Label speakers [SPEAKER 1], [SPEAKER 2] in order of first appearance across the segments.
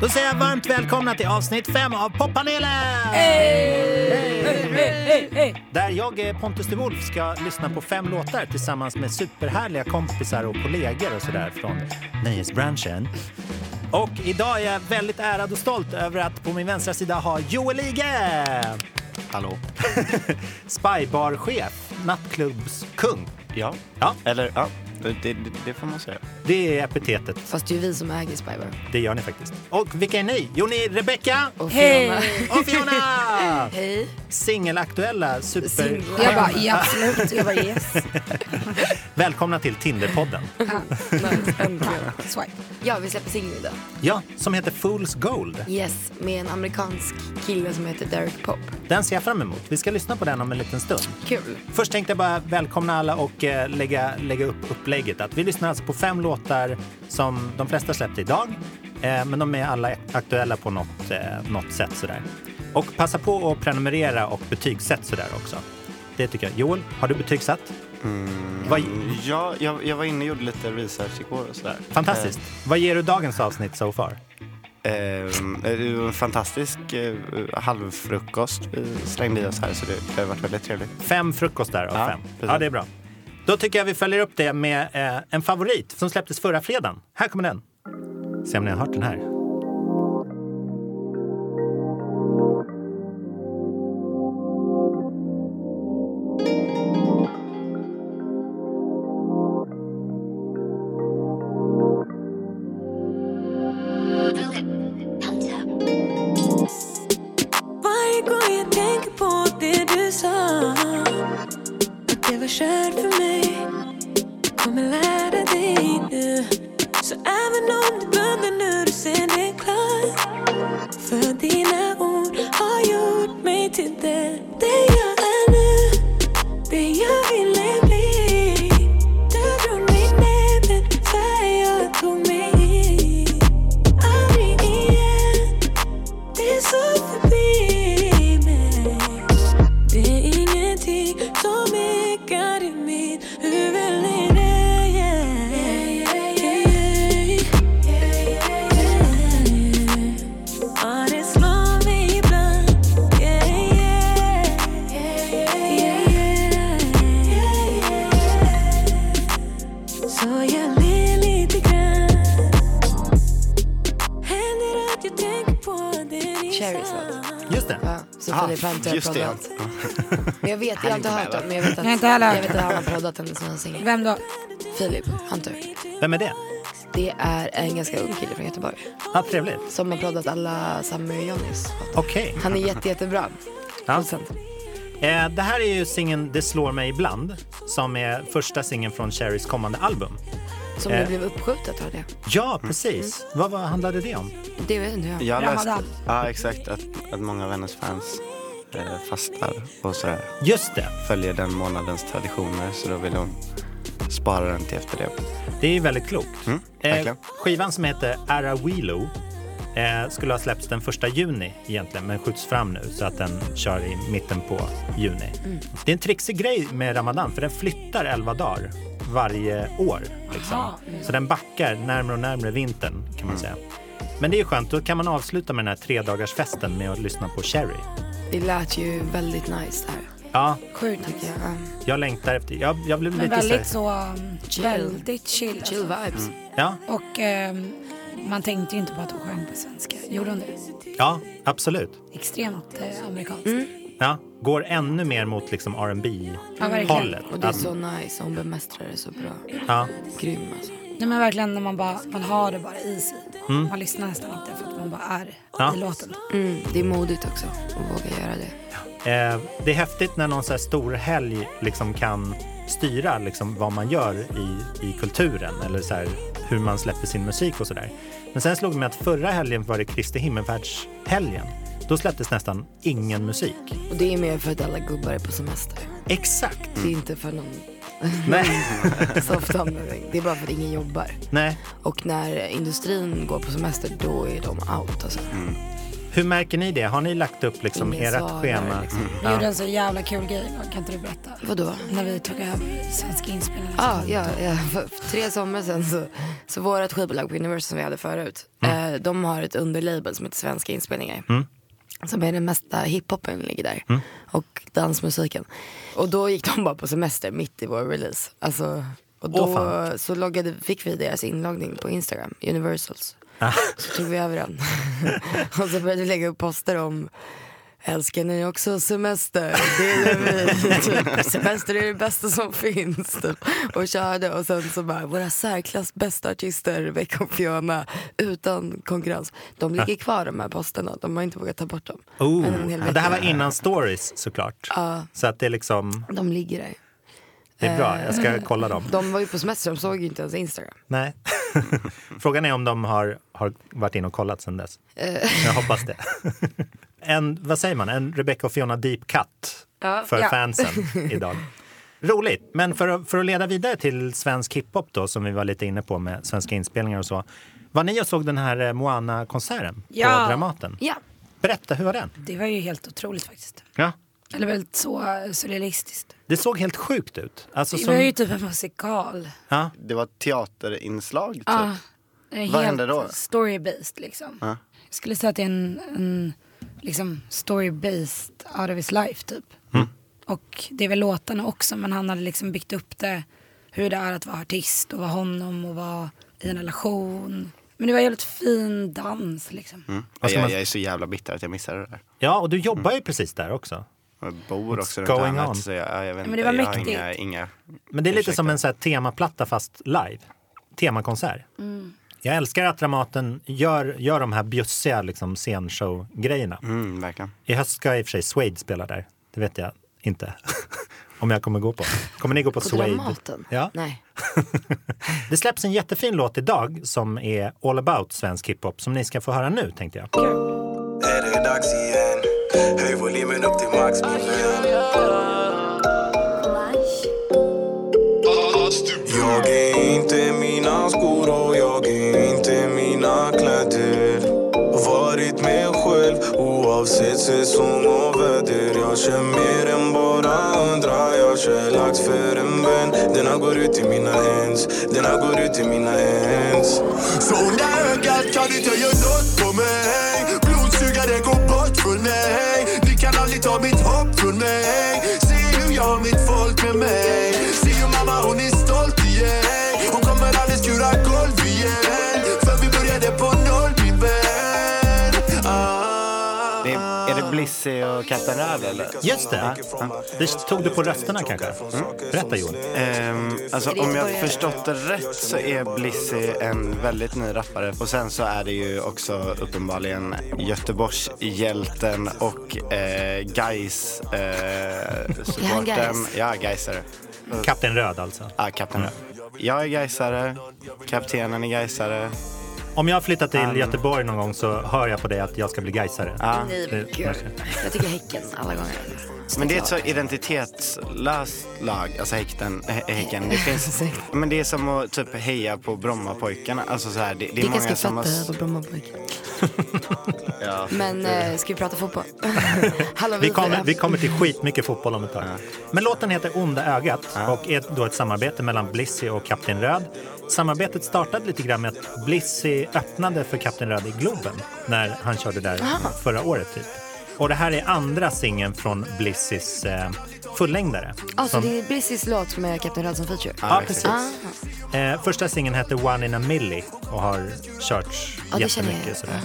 [SPEAKER 1] Då säger jag varmt välkomna till avsnitt 5 av Poppanelen! Där jag, eh, Pontus de Wolf, ska lyssna på fem låtar tillsammans med superhärliga kompisar och kollegor och sådär från nöjesbranschen. Och idag är jag väldigt ärad och stolt över att på min vänstra sida ha Joel Ige!
[SPEAKER 2] Hallå?
[SPEAKER 1] Spybarchef, nattklubbskung.
[SPEAKER 2] Ja?
[SPEAKER 1] Ja,
[SPEAKER 2] Eller ja, det, det, det får man säga.
[SPEAKER 1] det är epitetet.
[SPEAKER 3] Fast det är ju vi som äger Spybar.
[SPEAKER 1] Det gör ni faktiskt. Och vilka är ni? Jo, ni är Rebecca
[SPEAKER 3] Och Fiona.
[SPEAKER 4] Hej!
[SPEAKER 1] och Fiona!
[SPEAKER 3] Hej.
[SPEAKER 1] Singelaktuella super...
[SPEAKER 3] Singel.
[SPEAKER 4] Jag bara, ja, absolut. Jag bara, yes.
[SPEAKER 1] Välkomna till Tinderpodden.
[SPEAKER 3] Nice. Äntligen.
[SPEAKER 4] Swipe.
[SPEAKER 3] Ja, vi släpper singel idag.
[SPEAKER 1] Ja, som heter Fool's Gold.
[SPEAKER 3] Yes, med en amerikansk kille som heter Derek Pop.
[SPEAKER 1] Den ser jag fram emot. Vi ska lyssna på den om en liten stund.
[SPEAKER 3] Kul.
[SPEAKER 1] Först tänkte jag bara välkomna alla och eh, lägga, lägga upp upplägget. Att vi lyssnar alltså på fem låtar som de flesta släppte idag. Eh, men de är alla aktuella på något, eh, något sätt sådär. Och passa på att prenumerera och betygsätt sådär också. Det tycker jag. Joel, har du betygsatt? Vad,
[SPEAKER 2] Ja, jag, jag var inne och gjorde lite research igår och sådär.
[SPEAKER 1] fantastiskt. Vad ger du dagens avsnitt so far?
[SPEAKER 2] Eh, ehm, eh, det var en fantastisk eh, halvfrukost vi slängde i oss här så det, det har varit väldigt trevligt.
[SPEAKER 1] Fem frukostar av
[SPEAKER 2] Ja,
[SPEAKER 1] fem.
[SPEAKER 2] precis.
[SPEAKER 1] Ja, det är bra. Då tycker jag vi följer upp det med eh, en favorit som släpptes förra fredagen. Här kommer den. Se om ni har hört den här.
[SPEAKER 5] Varje gång jag tänker på det du sa Att det var kört för mig Jag kommer lära dig nu Så även om du bubblar nu, du ser det klart För dina ord har gjort mig till den Det jag är nu Det jag ville bli Du drog mig ner, men färg jag tog mig i Aldrig igen det är så förbi mig Det är ingenting som ekar i mitt huvud längre yeah, yeah, yeah, yeah. Ja, det slår mig ibland yeah, yeah, yeah, yeah, yeah. Så jag ler lite grann Händer att jag tänker på det ni
[SPEAKER 3] Cherry
[SPEAKER 5] sa.
[SPEAKER 1] Just det.
[SPEAKER 3] Ja, så Filip Panter har
[SPEAKER 2] Ah, just det.
[SPEAKER 3] proddat. Men jag vet, jag har inte hört den, men jag vet att,
[SPEAKER 4] Jag har inte heller hört.
[SPEAKER 3] jag vet att han har proddat henne som en singel.
[SPEAKER 4] Vem då?
[SPEAKER 3] Filip Hunter.
[SPEAKER 1] Vem är det?
[SPEAKER 3] Det är en ganska ung kille från Göteborg
[SPEAKER 1] Ja, trevligt.
[SPEAKER 3] som har proddat alla Summer Johnnys.
[SPEAKER 1] Okej.
[SPEAKER 3] Han är jätte, jättebra.
[SPEAKER 1] Ja.
[SPEAKER 3] Procent.
[SPEAKER 1] Eh, det här är ju singeln Det slår mig ibland som är första singeln från Cherries kommande album.
[SPEAKER 3] Som
[SPEAKER 1] Eh.
[SPEAKER 3] nu blev uppskjutet, hörde jag.
[SPEAKER 1] Ja, precis. Vad, vad handlade det om?
[SPEAKER 3] Det vet inte jag.
[SPEAKER 2] Jag läste,
[SPEAKER 4] Ramadan.
[SPEAKER 2] ja exakt, att, att många av hennes fans eh, fastar och sådär.
[SPEAKER 1] Just det.
[SPEAKER 2] Följer den månadens traditioner så då vill hon spara den till efter det.
[SPEAKER 1] Det är ju väldigt klokt. Eh,
[SPEAKER 2] Mm, verkligen.
[SPEAKER 1] skivan som heter Arawilo eh, skulle ha släppts den första juni egentligen, men skjuts fram nu så att den kör i mitten på juni.
[SPEAKER 4] Mm.
[SPEAKER 1] Det är en trixig grej med Ramadan, för den flyttar 11 dagar varje år. Liksom.
[SPEAKER 4] mm.
[SPEAKER 1] Så den backar närmare och närmare vintern kan
[SPEAKER 2] Mm.
[SPEAKER 1] man säga. Men det är ju skönt, då kan man avsluta med den här tredagarsfesten med att lyssna på Cherry.
[SPEAKER 3] Det lät ju väldigt nice det här.
[SPEAKER 1] Ja,
[SPEAKER 4] Sjukt.
[SPEAKER 3] Tycker jag. Um,
[SPEAKER 1] jag längtar efter... Jag, jag blev
[SPEAKER 4] Men
[SPEAKER 1] lite så här-
[SPEAKER 4] väldigt så, um,
[SPEAKER 3] Chill.
[SPEAKER 4] väldigt chill.
[SPEAKER 3] chill
[SPEAKER 4] alltså.
[SPEAKER 3] vibes.
[SPEAKER 2] Mm.
[SPEAKER 1] Ja,
[SPEAKER 4] Och ehm, man tänkte ju inte på att hon sjöng på svenska. Gjorde hon det?
[SPEAKER 1] ja, absolut.
[SPEAKER 4] Extremt eh, amerikanskt.
[SPEAKER 1] Ja, går ännu mer mot liksom R&B
[SPEAKER 4] Ja, verkligen.
[SPEAKER 1] hållet
[SPEAKER 3] Och det är så nice, hon bemästrar det så bra.
[SPEAKER 1] Ja,
[SPEAKER 3] Grym alltså.
[SPEAKER 4] Nej men verkligen när man bara, man har det bara i sig. Man lyssnar nästan inte för att man bara är
[SPEAKER 1] Ja.
[SPEAKER 4] i låten.
[SPEAKER 3] Mm, det är modigt också att våga göra det.
[SPEAKER 1] eh, det är häftigt när någon så här stor helg liksom kan styra liksom vad man gör i, i kulturen eller så här, hur man släpper sin musik och sådär. Men sen slog det mig att förra helgen var det Kristi himmelfärdshelgen. Då släpptes nästan ingen musik.
[SPEAKER 3] Och det är mer för att alla gubbar är på semester.
[SPEAKER 1] Exakt!
[SPEAKER 3] Det är
[SPEAKER 2] Mm.
[SPEAKER 3] inte för någon
[SPEAKER 1] Nej.
[SPEAKER 3] soft anledning. Det är bara för att ingen jobbar.
[SPEAKER 1] Nej.
[SPEAKER 2] Mm.
[SPEAKER 3] Och när industrin går på semester då är de out alltså.
[SPEAKER 1] Hur märker ni det? Har ni lagt upp liksom
[SPEAKER 3] Ingen
[SPEAKER 1] ert
[SPEAKER 3] svarar,
[SPEAKER 1] schema?
[SPEAKER 3] liksom.
[SPEAKER 4] Vi gjorde en så jävla kul grej, kan inte du berätta?
[SPEAKER 3] Vadå?
[SPEAKER 4] När vi tog över svenska inspelningar.
[SPEAKER 3] Ja, ja, ja, för tre somrar sedan så, så vårt skivbolag på Universal som vi hade förut,
[SPEAKER 1] Mm.
[SPEAKER 3] eh, de har ett underlabel som heter Svenska inspelningar. Som är den mesta hiphopen ligger där.
[SPEAKER 1] Mm.
[SPEAKER 3] Och dansmusiken. Och då gick de bara på semester mitt i vår release. Alltså, och då
[SPEAKER 1] Åh, fan.
[SPEAKER 3] så loggade, fick vi deras inloggning på Instagram, Universals.
[SPEAKER 1] Ah.
[SPEAKER 3] Så tog vi över den. och så började vi lägga upp poster om Älskar ni också semester? Det gör vi. Typ. Semester är det bästa som finns. Typ. Och körde och sen så bara våra särklass bästa artister Rebecca och Fiona utan konkurrens. De ligger kvar de här posterna. De har inte vågat ta bort dem.
[SPEAKER 1] Oh,
[SPEAKER 3] Men en hel
[SPEAKER 1] ja, det här var
[SPEAKER 3] vecka.
[SPEAKER 1] innan stories såklart. Så att det är liksom,
[SPEAKER 3] De ligger där.
[SPEAKER 1] det är bra. Jag
[SPEAKER 4] Eh.
[SPEAKER 1] ska kolla dem.
[SPEAKER 3] De var ju på semester, de såg ju inte ens Instagram.
[SPEAKER 1] Nej. Frågan är om de har, har varit in och kollat sen dess.
[SPEAKER 4] Eh.
[SPEAKER 1] Jag hoppas det. En, vad säger man, en Rebecca och Fiona deep cut
[SPEAKER 3] Ja.
[SPEAKER 1] för
[SPEAKER 4] Ja.
[SPEAKER 1] fansen idag. Roligt, men för, att- för att leda vidare till svensk hiphop då som vi var lite inne på med svenska inspelningar och så. Var ni och såg den här eh, Moana-konserten
[SPEAKER 4] Ja.
[SPEAKER 1] på Dramaten?
[SPEAKER 3] Ja.
[SPEAKER 1] Berätta, hur var den?
[SPEAKER 4] Det var ju helt otroligt faktiskt.
[SPEAKER 1] Ja.
[SPEAKER 4] Eller väldigt så eh, surrealistiskt.
[SPEAKER 1] Det såg helt sjukt ut. Alltså,
[SPEAKER 4] Det
[SPEAKER 1] som,
[SPEAKER 4] var ju typ en musikal.
[SPEAKER 1] ja.
[SPEAKER 2] Det var ett teaterinslag typ.
[SPEAKER 4] Ja. Ah, Det är
[SPEAKER 2] Vad
[SPEAKER 4] helt
[SPEAKER 2] hände då? Ah.
[SPEAKER 4] Story-based liksom. Jag skulle säga att det är en, en liksom story-based out of his life typ.
[SPEAKER 2] Mm.
[SPEAKER 4] Och det är väl låtarna också men han hade liksom byggt upp det. Hur det är att vara artist och vara honom och vara i en relation. Men det var en jävligt fin dans liksom.
[SPEAKER 2] Mm.
[SPEAKER 1] Vad ska
[SPEAKER 2] jag,
[SPEAKER 1] man-
[SPEAKER 2] jag är så jävla bitter att jag missade det där.
[SPEAKER 1] ja, och du jobbar ju precis där också.
[SPEAKER 2] Jag bor också runt
[SPEAKER 1] going
[SPEAKER 2] hörnet,
[SPEAKER 1] on?
[SPEAKER 2] Så jag, ja, jag, vet
[SPEAKER 4] Men det
[SPEAKER 2] inte,
[SPEAKER 4] var
[SPEAKER 2] jag har
[SPEAKER 4] mäktigt.
[SPEAKER 2] inga, inga
[SPEAKER 1] Men det är lite
[SPEAKER 2] Ursäkta.
[SPEAKER 1] som en så här temaplatta fast live. Temakonsert.
[SPEAKER 3] Mm.
[SPEAKER 1] Jag älskar att Dramaten gör, gör de här bjussiga liksom, scenshow-grejerna.
[SPEAKER 2] Mm, verkligen.
[SPEAKER 1] I höst ska i och för sig Suede spela där. Det vet jag inte om jag kommer gå på. Kommer ni gå på,
[SPEAKER 3] På
[SPEAKER 1] Suede?
[SPEAKER 3] Dramaten?
[SPEAKER 1] Ja.
[SPEAKER 3] Nej.
[SPEAKER 1] Det släpps en jättefin låt idag som är all about svensk hiphop som ni ska få höra nu tänkte jag.
[SPEAKER 6] Är det dags igen? Höj volymen upp till max min vän Jag är inte mina skor och jag är inte mina kläder Varit mig själv oavsett säsong och väder Jag kör mer än bara andra Jag kör lax för en vän Denna går ut i mina hands Denna går ut i mina hands Från det ögat kan inte jag göra nåt på mig Blodsugaren går bort från mig Ni kan aldrig ta mitt hopp från mig Se hur jag har mitt folk med mig Se hur mamma hon är stolt igen Hon kommer aldrig skura golv igen För vi började på noll min vän ah.
[SPEAKER 2] Det är, är det Blissy och Kapten Röd eller?
[SPEAKER 1] Just det. Det tog du på rösterna kanske? Mm. Berätta Johan.
[SPEAKER 2] Ehm, alltså om jag förstått det rätt så är Blissy en väldigt ny rappare och sen så är det ju också uppenbarligen Göteborgshjälten och eh, Gais eh, supporten.
[SPEAKER 3] Gais?
[SPEAKER 2] Ja, Gaisare.
[SPEAKER 1] Kapten Röd alltså.
[SPEAKER 2] Ja, Kapten Röd. Jag är Gaisare, kaptenen är Gaisare.
[SPEAKER 1] Om jag flyttar till Göteborg någon gång så hör jag på dig att jag ska bli gaisare.
[SPEAKER 3] Nej men gud. Jag tycker Häcken alla gånger.
[SPEAKER 2] Men det är ett så identitetslöst lag, alltså häkten, hä- häcken. Det finns, men det är som att typ heja på Brommapojkarna. Alltså så här, det, det är
[SPEAKER 3] Vilka
[SPEAKER 2] många
[SPEAKER 3] ska
[SPEAKER 2] som har...
[SPEAKER 3] fatta på Brommapojken? Men eh, ska vi prata fotboll? Hallå,
[SPEAKER 1] Vi kommer, vi kommer till skitmycket fotboll om ett tag. Men låten heter Onda ögat och är då ett samarbete mellan Blissy och Kapten Röd. Samarbetet startade lite grann med att Blissy öppnade för Kapten Röd i Globen när han körde där förra året. Typ. Och det här är andra singeln från Blissys eh, fullängdare.
[SPEAKER 3] Alltså
[SPEAKER 1] Som-
[SPEAKER 3] det är Blissis låt med Kapten Röd som feature?
[SPEAKER 1] Mm. Ja,
[SPEAKER 2] exakt.
[SPEAKER 1] precis. Eh, första singeln hette One in a Milli och har körts
[SPEAKER 3] Ja, det känner jag.
[SPEAKER 1] jättemycket. Sådär.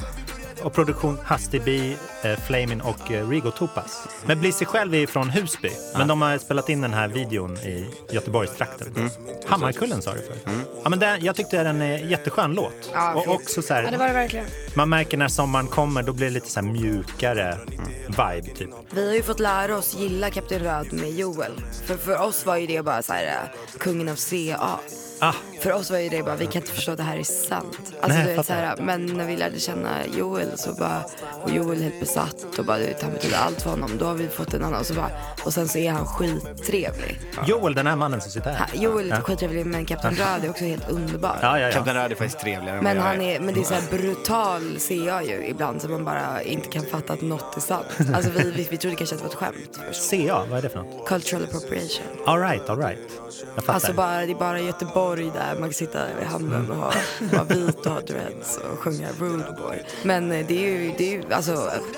[SPEAKER 1] Och produktion Hasty B, eh, Flamin och eh, Rigo Topas. Men Blissy själv är från Husby, men de har spelat in den här videon i Göteborgstrakten.
[SPEAKER 3] Mm.
[SPEAKER 1] Hammarkullen sa du förut. Ja, men den, jag tyckte den är jätteskön låt. och också så här,
[SPEAKER 4] Ja det var det verkligen.
[SPEAKER 1] Man märker när sommaren kommer, då blir det lite så här mjukare
[SPEAKER 3] Mm.
[SPEAKER 1] vibe. Typ.
[SPEAKER 3] Vi har ju fått lära oss gilla Kapten Röd med Joel. För för oss var ju det bara så här eh, kungen av CA.
[SPEAKER 1] Ah,
[SPEAKER 3] för oss var ju det bara, vi kan inte förstå att det här är sant. Alltså,
[SPEAKER 1] Nej,
[SPEAKER 3] du vet, så
[SPEAKER 1] fattar.
[SPEAKER 3] här, men när vi lärde känna Joel så bara, och Joel är helt besatt och bara, du vet, han betyder allt för honom. Då har vi fått en annan och så bara, och sen så är han skittrevlig.
[SPEAKER 1] Joel, den här mannen som sitter
[SPEAKER 3] Ha,
[SPEAKER 1] här.
[SPEAKER 3] Joel är
[SPEAKER 1] Ja.
[SPEAKER 3] skittrevlig men Kapten Röd är också helt underbar.
[SPEAKER 1] Ja, ja, ja.
[SPEAKER 2] Kapten Röd är faktiskt trevligare än
[SPEAKER 3] Men,
[SPEAKER 2] vad jag
[SPEAKER 3] han är, men det är så här brutal ser jag ju ibland som man bara inte kan fatta att något är sant. Alltså vi, vi, vi trodde kanske att det var ett skämt.
[SPEAKER 1] CA, vad är det för något?
[SPEAKER 3] Cultural appropriation.
[SPEAKER 1] All right, all right. Jag fattar. Mm.
[SPEAKER 3] Alltså bara, det är bara Göteborg där man kan sitta i hamnen och ha- vara vit och ha dreads och sjunga rude boy. Men eh, det är ju, det är ju alltså,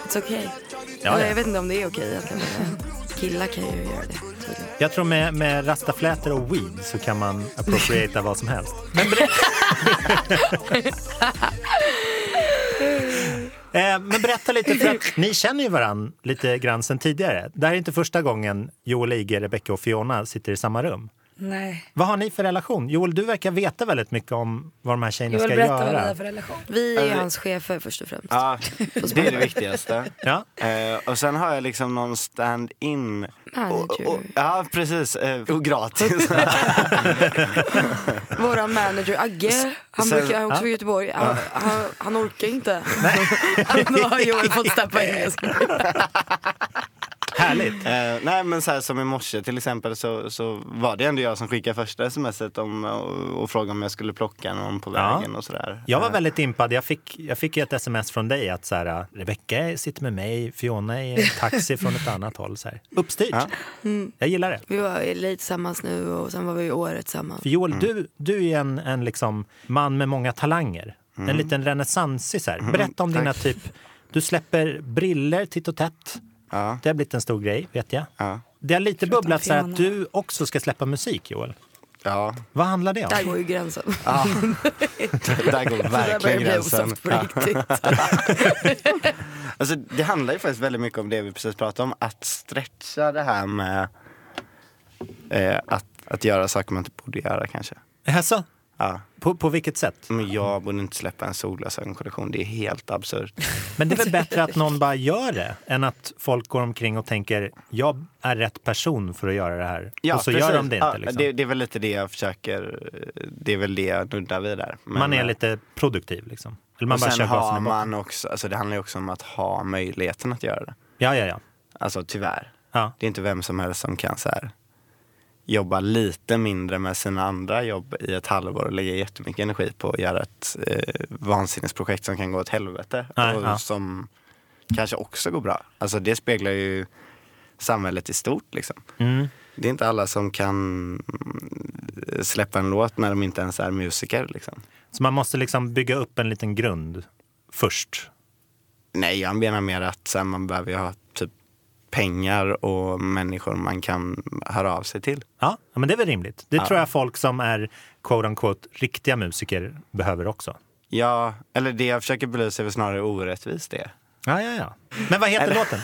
[SPEAKER 3] it's okay.
[SPEAKER 1] Ja,
[SPEAKER 3] Eller,
[SPEAKER 1] ja.
[SPEAKER 3] Jag vet inte om det är okej egentligen. men, eh, Killar kan ju göra det. tydligen.
[SPEAKER 1] Jag tror med, med rastaflätor och weed så kan man appropriata vad som helst. Men berätta... eh, men berätta lite, för att ni känner ju varann lite grann sen tidigare. Det här är inte första gången Joel, Ige, Rebecca och Fiona sitter i samma rum.
[SPEAKER 4] Nej.
[SPEAKER 1] Vad har ni för relation? Joel, du verkar veta väldigt mycket om vad de här tjejerna
[SPEAKER 4] Joel,
[SPEAKER 1] ska
[SPEAKER 4] berätta vad ni
[SPEAKER 1] göra.
[SPEAKER 4] har för relation.
[SPEAKER 3] Vi är ju hans chefer först och främst.
[SPEAKER 2] Ja, det är det viktigaste.
[SPEAKER 1] Ja.
[SPEAKER 2] Eh, och sen har jag liksom någon stand-in.
[SPEAKER 3] Manager.
[SPEAKER 2] Och, och, ja, precis. Eh, och gratis.
[SPEAKER 3] Våra manager Agge, han,
[SPEAKER 2] sen-
[SPEAKER 3] brukar, han är också från Göteborg, han, han, han orkar inte. Då har Joel fått steppa in.
[SPEAKER 1] Härligt!
[SPEAKER 2] Eh, nej men så här som i morse till exempel så, så var det ändå jag som skickade första smset om, och, och frågade om jag skulle plocka någon på
[SPEAKER 1] Ja.
[SPEAKER 2] vägen och sådär.
[SPEAKER 1] Jag var
[SPEAKER 2] Eh,
[SPEAKER 1] väldigt impad. Jag fick, jag fick ju ett sms från dig att så här, Rebecca sitter med mig, Fiona är i en taxi från ett annat håll. Så här. Uppstyrt! Jag gillar det.
[SPEAKER 3] Vi var i lite tillsammans nu och sen var vi i året tillsammans.
[SPEAKER 1] För Joel,
[SPEAKER 2] Mm.
[SPEAKER 1] du, du är en, en liksom man med många talanger.
[SPEAKER 2] Mm.
[SPEAKER 1] En liten renässansig. så här. Berätta om dina typ... Du släpper briller titt och tätt.
[SPEAKER 2] Ja.
[SPEAKER 1] Det har blivit en stor grej, vet jag.
[SPEAKER 2] Ja.
[SPEAKER 1] Det har lite bubblat så här
[SPEAKER 4] Fiona.
[SPEAKER 1] att du också ska släppa musik, Joel.
[SPEAKER 2] Ja,
[SPEAKER 1] Vad handlar det om?
[SPEAKER 3] Där går ju gränsen.
[SPEAKER 2] där går
[SPEAKER 3] Där börjar
[SPEAKER 2] verkligen
[SPEAKER 3] det bli
[SPEAKER 2] gränsen.
[SPEAKER 3] osoft på
[SPEAKER 2] Ja.
[SPEAKER 3] riktigt.
[SPEAKER 2] Alltså, det handlar ju faktiskt väldigt mycket om det vi precis pratade om. Att stretcha det här med eh, att, att göra saker man inte borde göra kanske.
[SPEAKER 1] Alltså,
[SPEAKER 2] Ja.
[SPEAKER 1] på, på vilket sätt?
[SPEAKER 2] Men jag borde inte släppa en solglasögonkollektion. Det är helt absurt.
[SPEAKER 1] Men det är väl bättre att någon bara gör det än att folk går omkring och tänker jag är rätt person för att göra det här. och så gör de det inte.
[SPEAKER 2] Ja,
[SPEAKER 1] liksom.
[SPEAKER 2] det, det är väl lite det jag försöker, eh, det är väl det jag nuddar vid där. Men,
[SPEAKER 1] man är
[SPEAKER 2] eh,
[SPEAKER 1] lite produktiv liksom. Eller man
[SPEAKER 2] och
[SPEAKER 1] bara
[SPEAKER 2] sen
[SPEAKER 1] kör
[SPEAKER 2] har
[SPEAKER 1] gasen i botten.
[SPEAKER 2] man också, alltså det handlar ju också om att ha möjligheten att göra det.
[SPEAKER 1] Ja, ja, ja.
[SPEAKER 2] Alltså tyvärr.
[SPEAKER 1] ja.
[SPEAKER 2] Det är inte vem som helst som kan så här, jobba lite mindre med sina andra jobb i ett halvår och lägga jättemycket energi på att göra ett eh, vansinnesprojekt som kan gå åt helvete.
[SPEAKER 1] Nej,
[SPEAKER 2] och
[SPEAKER 1] ja.
[SPEAKER 2] som kanske också går bra. Alltså det speglar ju samhället i stort liksom.
[SPEAKER 1] Mm.
[SPEAKER 2] Det är inte alla som kan mm, släppa en låt när de inte ens är musiker liksom.
[SPEAKER 1] Så man måste liksom bygga upp en liten grund först.
[SPEAKER 2] Nej, jag menar mer att så här, man behöver ju ha typ pengar och människor man kan höra av sig till.
[SPEAKER 1] Ja, ja, men det är väl rimligt. Det
[SPEAKER 2] Ja.
[SPEAKER 1] tror jag folk som är quote unquote riktiga musiker behöver också.
[SPEAKER 2] Ja, eller det jag försöker belysa är väl snarare orättvist det.
[SPEAKER 1] Ja, ja, ja. Men vad heter låten?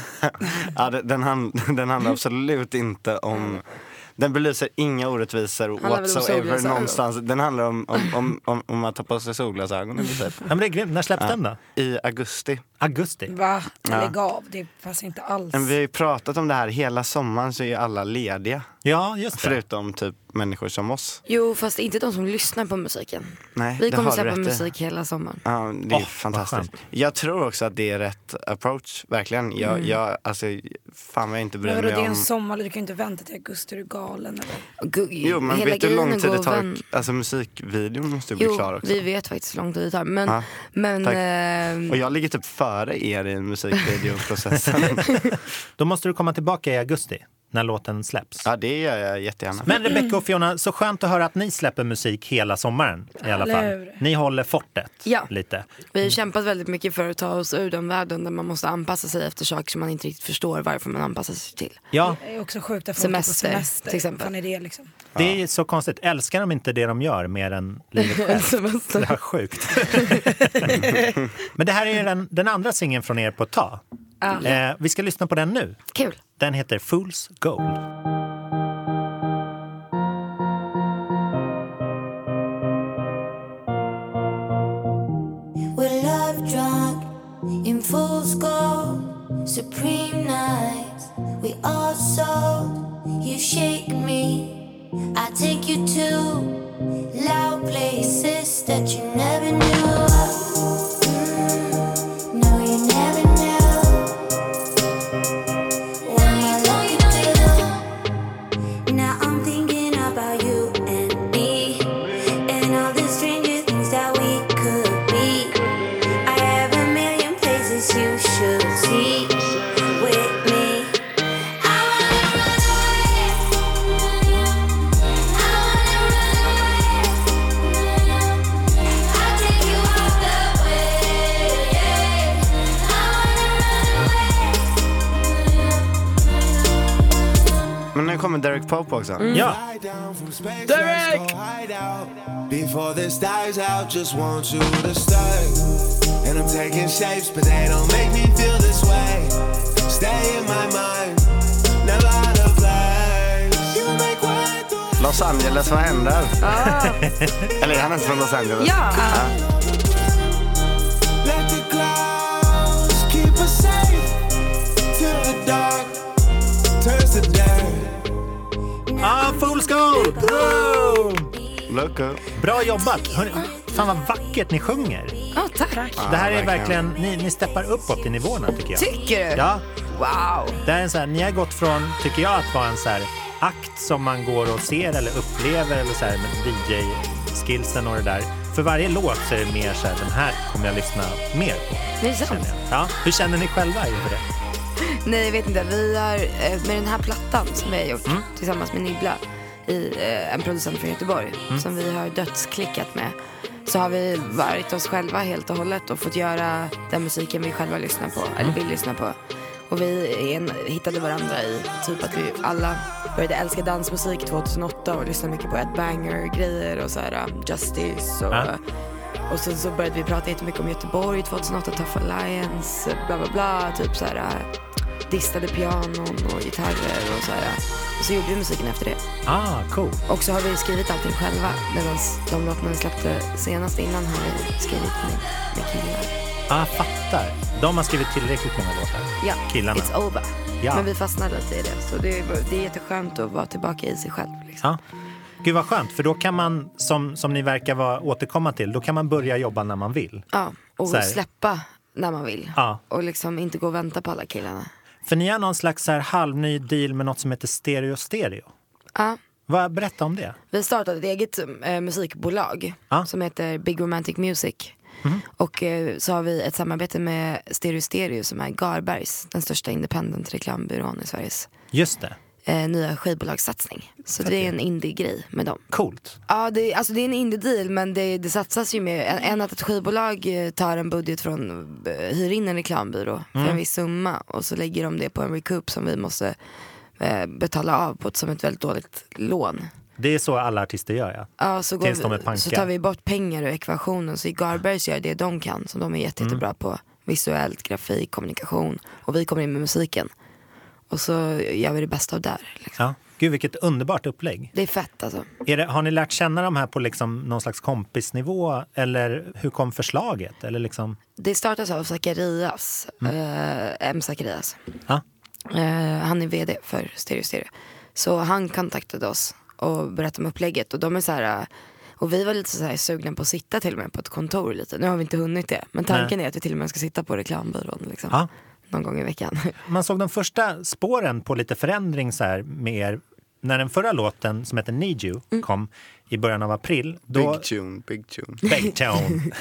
[SPEAKER 2] Ja, det- den, hand, den handlar absolut inte om... Den belyser inga orättvisor
[SPEAKER 3] Handlar väl om
[SPEAKER 2] whatsoever
[SPEAKER 3] solglasögon?
[SPEAKER 2] någonstans. Den handlar om, om, om, om, om att ta på sig solglasögonen i princip.
[SPEAKER 1] Ja,
[SPEAKER 4] Mm.
[SPEAKER 1] men det är grymt. När släpps den då?
[SPEAKER 2] I augusti.
[SPEAKER 1] Augusti?
[SPEAKER 4] Va?
[SPEAKER 2] Ja.
[SPEAKER 4] Lägg av, det passar inte alls.
[SPEAKER 2] Men vi har ju pratat om det här hela sommaren så är ju alla lediga.
[SPEAKER 1] Ja, just det.
[SPEAKER 2] Förutom typ människor som oss.
[SPEAKER 3] Jo fast inte de som lyssnar på musiken.
[SPEAKER 2] Nej,
[SPEAKER 3] Vi
[SPEAKER 2] det
[SPEAKER 3] kommer
[SPEAKER 2] har du
[SPEAKER 3] släppa
[SPEAKER 2] rätt i.
[SPEAKER 3] musik hela sommaren.
[SPEAKER 2] Ja, det är
[SPEAKER 1] Åh, vad
[SPEAKER 2] fantastiskt.
[SPEAKER 1] skönt.
[SPEAKER 2] Jag tror också att det är rätt approach, verkligen. Jag, jag, alltså, fan vad jag inte
[SPEAKER 4] Mm.
[SPEAKER 2] bryr
[SPEAKER 4] Men vadå, det
[SPEAKER 2] mig
[SPEAKER 4] är en
[SPEAKER 2] om...
[SPEAKER 4] sommar, du kan ju inte vänta till augusti, är du galen eller?
[SPEAKER 3] Gu-
[SPEAKER 2] Jo, men vet du hur
[SPEAKER 3] grejen
[SPEAKER 2] lång tid
[SPEAKER 3] går
[SPEAKER 2] det
[SPEAKER 3] att
[SPEAKER 2] tar?
[SPEAKER 3] vän-
[SPEAKER 2] Alltså musikvideon måste ju bli klar
[SPEAKER 3] Jo,
[SPEAKER 2] också.
[SPEAKER 3] vi vet faktiskt hur lång tid det tar. Men,
[SPEAKER 2] Ja,
[SPEAKER 3] men
[SPEAKER 2] tack.
[SPEAKER 3] ehm,
[SPEAKER 2] Och jag ligger typ före er i musikvideoprocessen.
[SPEAKER 1] Då måste du komma tillbaka i augusti när låten släpps.
[SPEAKER 2] ja, det gör jag jättegärna.
[SPEAKER 1] Men Rebecca och Fiona, så skönt att höra att ni släpper musik hela sommaren i alla
[SPEAKER 4] Eller
[SPEAKER 1] fall.
[SPEAKER 4] hur?
[SPEAKER 1] Ni håller fortet
[SPEAKER 3] Ja.
[SPEAKER 1] lite.
[SPEAKER 3] vi har kämpat väldigt mycket för att ta oss ur den världen där man måste anpassa sig efter saker som man inte riktigt förstår varför man anpassar sig till.
[SPEAKER 1] Ja,
[SPEAKER 4] Det är också sjukt att folk
[SPEAKER 3] Semester,
[SPEAKER 4] är på semester.
[SPEAKER 3] till exempel.
[SPEAKER 4] Fan är det liksom?
[SPEAKER 1] det är så konstigt. Älskar de inte det de gör mer än livet självt? Det här är sjukt. Men det här är ju den, den andra singeln från er på ett tag. Eh, vi ska lyssna på den nu.
[SPEAKER 3] Kul.
[SPEAKER 1] Den heter Fool's Gold.
[SPEAKER 5] We're love drunk in full score, supreme nights. We all sold. You shake me, I take you to Loud places that you never knew of. Mm, No, you never knew. Now you know you know you know. Now I'm thinking about you and me. And all the stranger things that we could be. I have a million places you should see with me. I wanna run away. I wanna run away. I'll take you off the way. I wanna run away.
[SPEAKER 2] Men nu kommer Derek Pope också.
[SPEAKER 3] Mm.
[SPEAKER 1] Ja,
[SPEAKER 7] Derek!
[SPEAKER 6] Before this dies out, just want you to stay. And I'm taking shapes, but they don't make me feel this way. Stay in my mind, never out of place. You make way through
[SPEAKER 2] Los Angeles, vad händer? Eller är han ens från Los Angeles?
[SPEAKER 4] Ja,
[SPEAKER 6] Let the clouds keep us safe till the dark turns to day.
[SPEAKER 1] ah, Fool's Gold! Wow!
[SPEAKER 2] Look up.
[SPEAKER 1] Bra jobbat! Hörrni, fan vad vackert ni sjunger.
[SPEAKER 4] ja tack.
[SPEAKER 1] Det här är verkligen, ni, ni steppar uppåt i nivåerna tycker jag.
[SPEAKER 3] Tycker du?
[SPEAKER 1] Ja,
[SPEAKER 3] Wow.
[SPEAKER 1] det här är så här, ni har gått från, tycker jag, att vara en så här akt som man går och ser eller upplever eller så här med DJ-skillsen och det där. För varje låt så är det mer så här, den här kommer jag lyssna mer på.
[SPEAKER 3] Det är sant.
[SPEAKER 1] känner jag. Ja, hur känner ni själva inför det?
[SPEAKER 3] Nej, jag vet inte. Vi har, eh, med den här plattan som vi har gjort tillsammans med Nibbla, i, eh, en producent från Göteborg, som vi har dödsklickat med, så har vi varit oss själva helt och hållet och fått göra den musiken vi själva lyssnar på, eller vill lyssna på. Och vi är en, hittade varandra i typ att vi alla började älska dansmusik 2008 och lyssnade mycket på Ed Banger-grejer och så här um, Justice och
[SPEAKER 1] Ja.
[SPEAKER 3] och sen så började vi prata jättemycket om Göteborg 2008, Tough Alliance, bla bla bla. Typ så här äh, distade pianon och gitarrer och så här. Och så gjorde vi musiken efter det.
[SPEAKER 1] Ah, cool.
[SPEAKER 3] Och så har vi skrivit allting själva. Medan de låtarna vi släppte senast innan har vi skrivit med, med killar.
[SPEAKER 1] Ah, fattar. De har skrivit tillräckligt många låtar.
[SPEAKER 3] Ja,
[SPEAKER 1] Killarna.
[SPEAKER 3] it's over.
[SPEAKER 1] Ja.
[SPEAKER 3] Men vi fastnade lite i det. Så det är, det är jätteskönt att vara tillbaka i sig själv. Liksom.
[SPEAKER 1] Ja. Gud vad skönt, för då kan man, som, som ni verkar vara, återkomma till, då kan man börja jobba när man vill.
[SPEAKER 3] Ja, och
[SPEAKER 1] Så här.
[SPEAKER 3] släppa när man vill.
[SPEAKER 1] Ja.
[SPEAKER 3] Och liksom inte gå och vänta på alla killarna.
[SPEAKER 1] För ni har någon slags så här halvny deal med något som heter Stereo Stereo.
[SPEAKER 3] Ja.
[SPEAKER 1] Vad, berätta om det.
[SPEAKER 3] Vi startade ett eget eh, musikbolag
[SPEAKER 1] Ja.
[SPEAKER 3] som heter Big Romantic Music. Och eh, så har vi ett samarbete med Stereo Stereo som är Garbergs, den största independent reklambyrån i Sveriges
[SPEAKER 1] Just det,
[SPEAKER 3] eh, nya skivbolagssatsning. Så det är en indie-grej med dem.
[SPEAKER 1] coolt.
[SPEAKER 3] Ja, det, alltså det är en indie-deal men det, det satsas ju mer än- än att ett skivbolag eh, tar en budget från, eh, hyr in en reklambyrå för en viss summa och så lägger de det på en recoup som vi måste eh, betala av på som ett väldigt dåligt lån.
[SPEAKER 1] Det är så alla artister gör ja.
[SPEAKER 3] Ja, så, går
[SPEAKER 1] Tills de är
[SPEAKER 3] vi,
[SPEAKER 1] panka.
[SPEAKER 3] så tar vi bort pengar ur ekvationen. Så Garbergs gör det de kan, som de är jätte,
[SPEAKER 1] Mm.
[SPEAKER 3] jättebra på. Visuellt, grafik, kommunikation. Och vi kommer in med musiken. Och så gör vi det bästa av där. Liksom.
[SPEAKER 1] ja. Gud vilket underbart upplägg.
[SPEAKER 3] Det är fett alltså.
[SPEAKER 1] Är det, har ni lärt känna de här på liksom någon slags kompisnivå eller hur kom förslaget? Eller liksom,
[SPEAKER 3] Det startas av Zacharias, eh, M. Zacharias.
[SPEAKER 1] Mm. ja.
[SPEAKER 3] Eh, han är vd för Stereo Stereo. Så han kontaktade oss och berättade om upplägget. Och de är så här, eh, och vi var lite så här sugna på att sitta till och med på ett kontor lite. Nu har vi inte hunnit det. Men tanken är att vi till och med ska sitta på reklambyrån liksom.
[SPEAKER 1] Ja.
[SPEAKER 3] Någon gång i veckan.
[SPEAKER 1] Man såg de första spåren på lite förändring så här med er. När den förra låten som heter Need You kom i början av april. Då,
[SPEAKER 2] Big tune, big tune.
[SPEAKER 1] Baytown.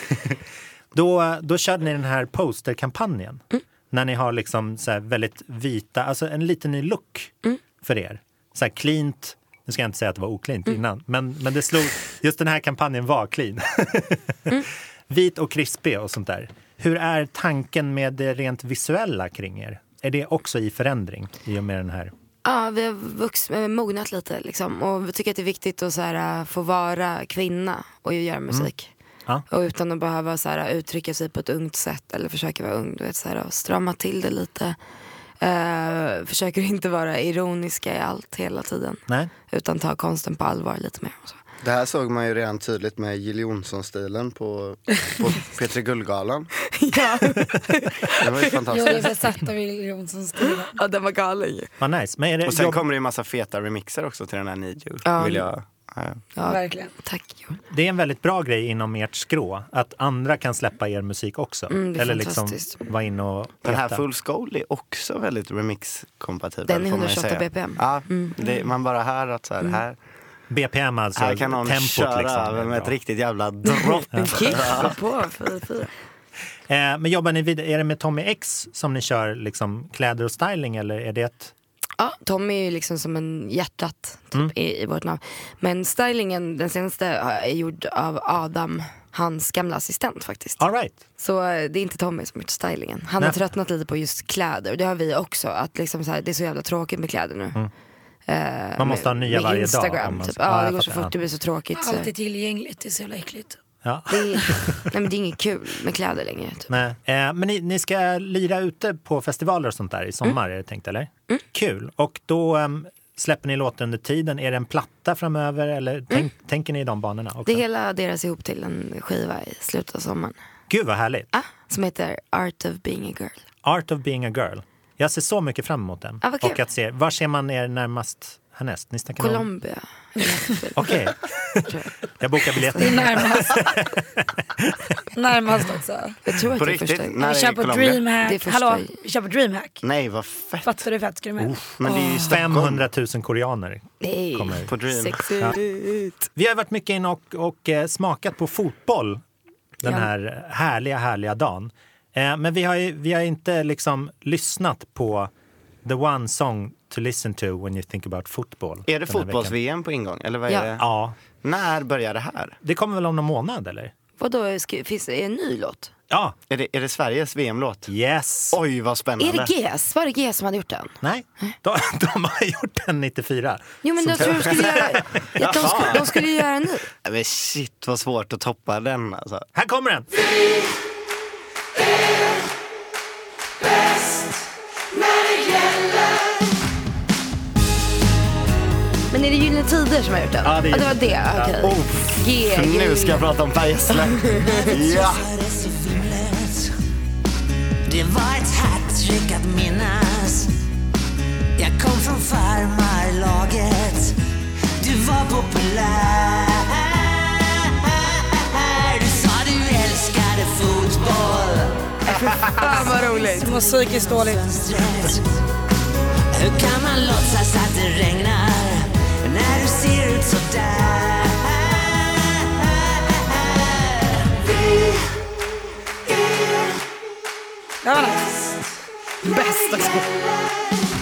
[SPEAKER 1] då, då körde ni den här posterkampanjen.
[SPEAKER 2] Mm.
[SPEAKER 1] När ni har liksom så här väldigt vita, alltså en liten ny look
[SPEAKER 2] Mm.
[SPEAKER 1] för er. Så här cleant, nu ska jag inte säga att det var oklint
[SPEAKER 2] Mm.
[SPEAKER 1] innan, men, men det slog, just den här kampanjen var clean.
[SPEAKER 2] Mm.
[SPEAKER 1] Vit och krispig och sånt där. Hur är tanken med det rent
[SPEAKER 2] Mm.
[SPEAKER 1] visuella kring er? Är det också i förändring i och med den här?
[SPEAKER 3] Ja, vi har vux- eh, mognat lite liksom. Och vi tycker att det är viktigt att så här, äh, få vara kvinna och ju göra musik.
[SPEAKER 1] Mm. Ja.
[SPEAKER 3] Och utan att behöva så här, eh, uttrycka sig på ett ungt sätt eller försöka vara ung. Du vet, så här, och strama till det lite. Eh, försöker inte vara ironiska i allt hela tiden.
[SPEAKER 1] Nej?
[SPEAKER 3] Utan ta konsten på allvar lite mer. och Så.
[SPEAKER 2] Det här såg man ju redan tydligt med Jill Johnson-stilen på, på P3 Guldgalan.
[SPEAKER 3] ja.
[SPEAKER 2] Det var ju
[SPEAKER 4] Jag är
[SPEAKER 2] fantastiskt.
[SPEAKER 4] besatt av Jill Johnsons stil.
[SPEAKER 3] ja, den var galen ju.
[SPEAKER 1] Vad nice. Men är det
[SPEAKER 2] Och sen
[SPEAKER 1] jobb-
[SPEAKER 2] kommer det ju massa feta remixer också till den här Need You.
[SPEAKER 3] Ja.
[SPEAKER 2] Vill jag,
[SPEAKER 3] Ja,
[SPEAKER 4] Verkligen.
[SPEAKER 3] tack Joel.
[SPEAKER 1] Det är en väldigt bra grej inom ert skrå, att andra kan släppa er musik också.
[SPEAKER 3] Mm, det är
[SPEAKER 1] Eller liksom
[SPEAKER 3] fantastiskt.
[SPEAKER 1] vara inne och
[SPEAKER 2] Den här
[SPEAKER 1] peta.
[SPEAKER 2] Full Skull är också väldigt remix-kompatibel.
[SPEAKER 3] Den är
[SPEAKER 2] får man ju
[SPEAKER 3] 128
[SPEAKER 2] säga.
[SPEAKER 3] BPM.
[SPEAKER 2] Ja,
[SPEAKER 3] Mm.
[SPEAKER 2] det, man bara hör att så här, här,
[SPEAKER 1] BPM alltså,
[SPEAKER 2] här kan någon
[SPEAKER 1] tempot
[SPEAKER 2] köra
[SPEAKER 1] liksom. är
[SPEAKER 2] över med
[SPEAKER 1] bra.
[SPEAKER 2] ett riktigt jävla dropp.
[SPEAKER 3] En kick, gå på, fyra, fyra.
[SPEAKER 1] Eh, men jobbar ni vidare, är det med Tommy X som ni kör liksom kläder och styling eller är det ett...
[SPEAKER 3] Ja, Tommy är ju liksom som en hjärtat typ,
[SPEAKER 1] Mm.
[SPEAKER 3] i, i vårt namn. Men stylingen, den senaste, eh, är gjord av Adam, hans gamla assistent faktiskt.
[SPEAKER 1] All right.
[SPEAKER 3] Så eh, det är inte Tommy som har gjort stylingen. Han har
[SPEAKER 1] Nej.
[SPEAKER 3] tröttnat lite på just kläder. Och det har vi också. Att liksom så här, det är så jävla tråkigt med kläder nu. Eh,
[SPEAKER 1] Man måste
[SPEAKER 3] med-
[SPEAKER 1] ha Mm. nya
[SPEAKER 3] med
[SPEAKER 1] varje dag,
[SPEAKER 3] Instagram,
[SPEAKER 1] om man-
[SPEAKER 3] Typ.
[SPEAKER 1] Ja,
[SPEAKER 3] Ja,
[SPEAKER 1] jag
[SPEAKER 3] det går så
[SPEAKER 1] fattar,
[SPEAKER 3] fort, det blir så tråkigt. Så.
[SPEAKER 4] Allt är tillgängligt, det är så jävla äckligt.
[SPEAKER 1] Ja.
[SPEAKER 3] Det, är, nej, men det är inget kul med kläder längre. Typ.
[SPEAKER 1] Nej. Eh, men ni, ni ska lira ute på festivaler och sånt
[SPEAKER 3] Mm.
[SPEAKER 1] där i sommar är det tänkt eller? Kul. Och då ehm, släpper ni låtar under tiden. Är det en platta framöver eller tänk, tänker ni i de banorna också?
[SPEAKER 3] Mm. Det hela deras ihop till en skiva i slutet av sommaren.
[SPEAKER 1] Gud vad härligt.
[SPEAKER 3] Ah, som heter Art of being a girl.
[SPEAKER 1] Art of being a girl. Jag ser så mycket fram emot den.
[SPEAKER 3] Ja, vad kul.
[SPEAKER 1] och att se, var ser man er närmast härnäst? Ni snackar om-
[SPEAKER 3] Colombia.
[SPEAKER 1] Okej,
[SPEAKER 3] tror jag.
[SPEAKER 1] jag bokar
[SPEAKER 4] Det är
[SPEAKER 1] biljetter.
[SPEAKER 4] närmast. närmast också.
[SPEAKER 3] jag tror att
[SPEAKER 2] På
[SPEAKER 3] det är första.
[SPEAKER 2] riktigt? Nej. är
[SPEAKER 4] Vi kör på
[SPEAKER 3] Det
[SPEAKER 2] Colombia.
[SPEAKER 3] är
[SPEAKER 4] DreamHack.
[SPEAKER 3] första-
[SPEAKER 4] Hallå, vi kör på DreamHack.
[SPEAKER 2] Nej, vad fett.
[SPEAKER 4] Fattar du hur fett skulle du med?
[SPEAKER 2] Men det är ju i Stockholm
[SPEAKER 1] 500 000 koreaner.
[SPEAKER 3] Nej.
[SPEAKER 1] Kommer.
[SPEAKER 2] på Dream.
[SPEAKER 3] Sexigt.
[SPEAKER 1] Vi har varit mycket inne och, och eh, smakat på fotboll den här härliga, härliga dagen. Eh, men vi har, ju, vi har inte liksom lyssnat på the one song to listen to when you think about football.
[SPEAKER 2] Är det
[SPEAKER 1] den här veckan.
[SPEAKER 2] fotbolls-VM på ingång? Eller vad är
[SPEAKER 3] Ja.
[SPEAKER 2] det?
[SPEAKER 1] Ja,
[SPEAKER 2] När börjar det här?
[SPEAKER 1] det kommer väl om någon månad eller?
[SPEAKER 3] Vadå, ska, finns det en ny låt?
[SPEAKER 1] Ja,
[SPEAKER 2] Är det, är det Sveriges VM-låt?
[SPEAKER 1] yes!
[SPEAKER 2] Oj, vad
[SPEAKER 3] Är
[SPEAKER 2] spännande.
[SPEAKER 3] det GES? Var det GES som hade gjort den?
[SPEAKER 1] Nej, de, de har gjort den 94.
[SPEAKER 3] Jo men jag tror de skulle göra, ja, de, skulle, de skulle göra en ny.
[SPEAKER 2] Ja, Men shit, vad svårt att toppa den alltså.
[SPEAKER 1] Här kommer den!
[SPEAKER 3] Men är det Gyllene Tider som har gjort den?
[SPEAKER 1] Ja, det är
[SPEAKER 3] det var det, okej.
[SPEAKER 2] Oh,
[SPEAKER 3] G, G,
[SPEAKER 2] nu ska jag prata om Per Gessle. ja.
[SPEAKER 8] Det var ett hattrick att minnas Jag kom från farmarlaget Du var populär Du sa du älskade fotboll
[SPEAKER 3] Fan vad roligt.
[SPEAKER 4] Du mår psykiskt dåligt.
[SPEAKER 8] fönstret Hur kan man låtsas att det regnar när du ser ut sådär?
[SPEAKER 4] Det var nice.
[SPEAKER 3] Bäst också.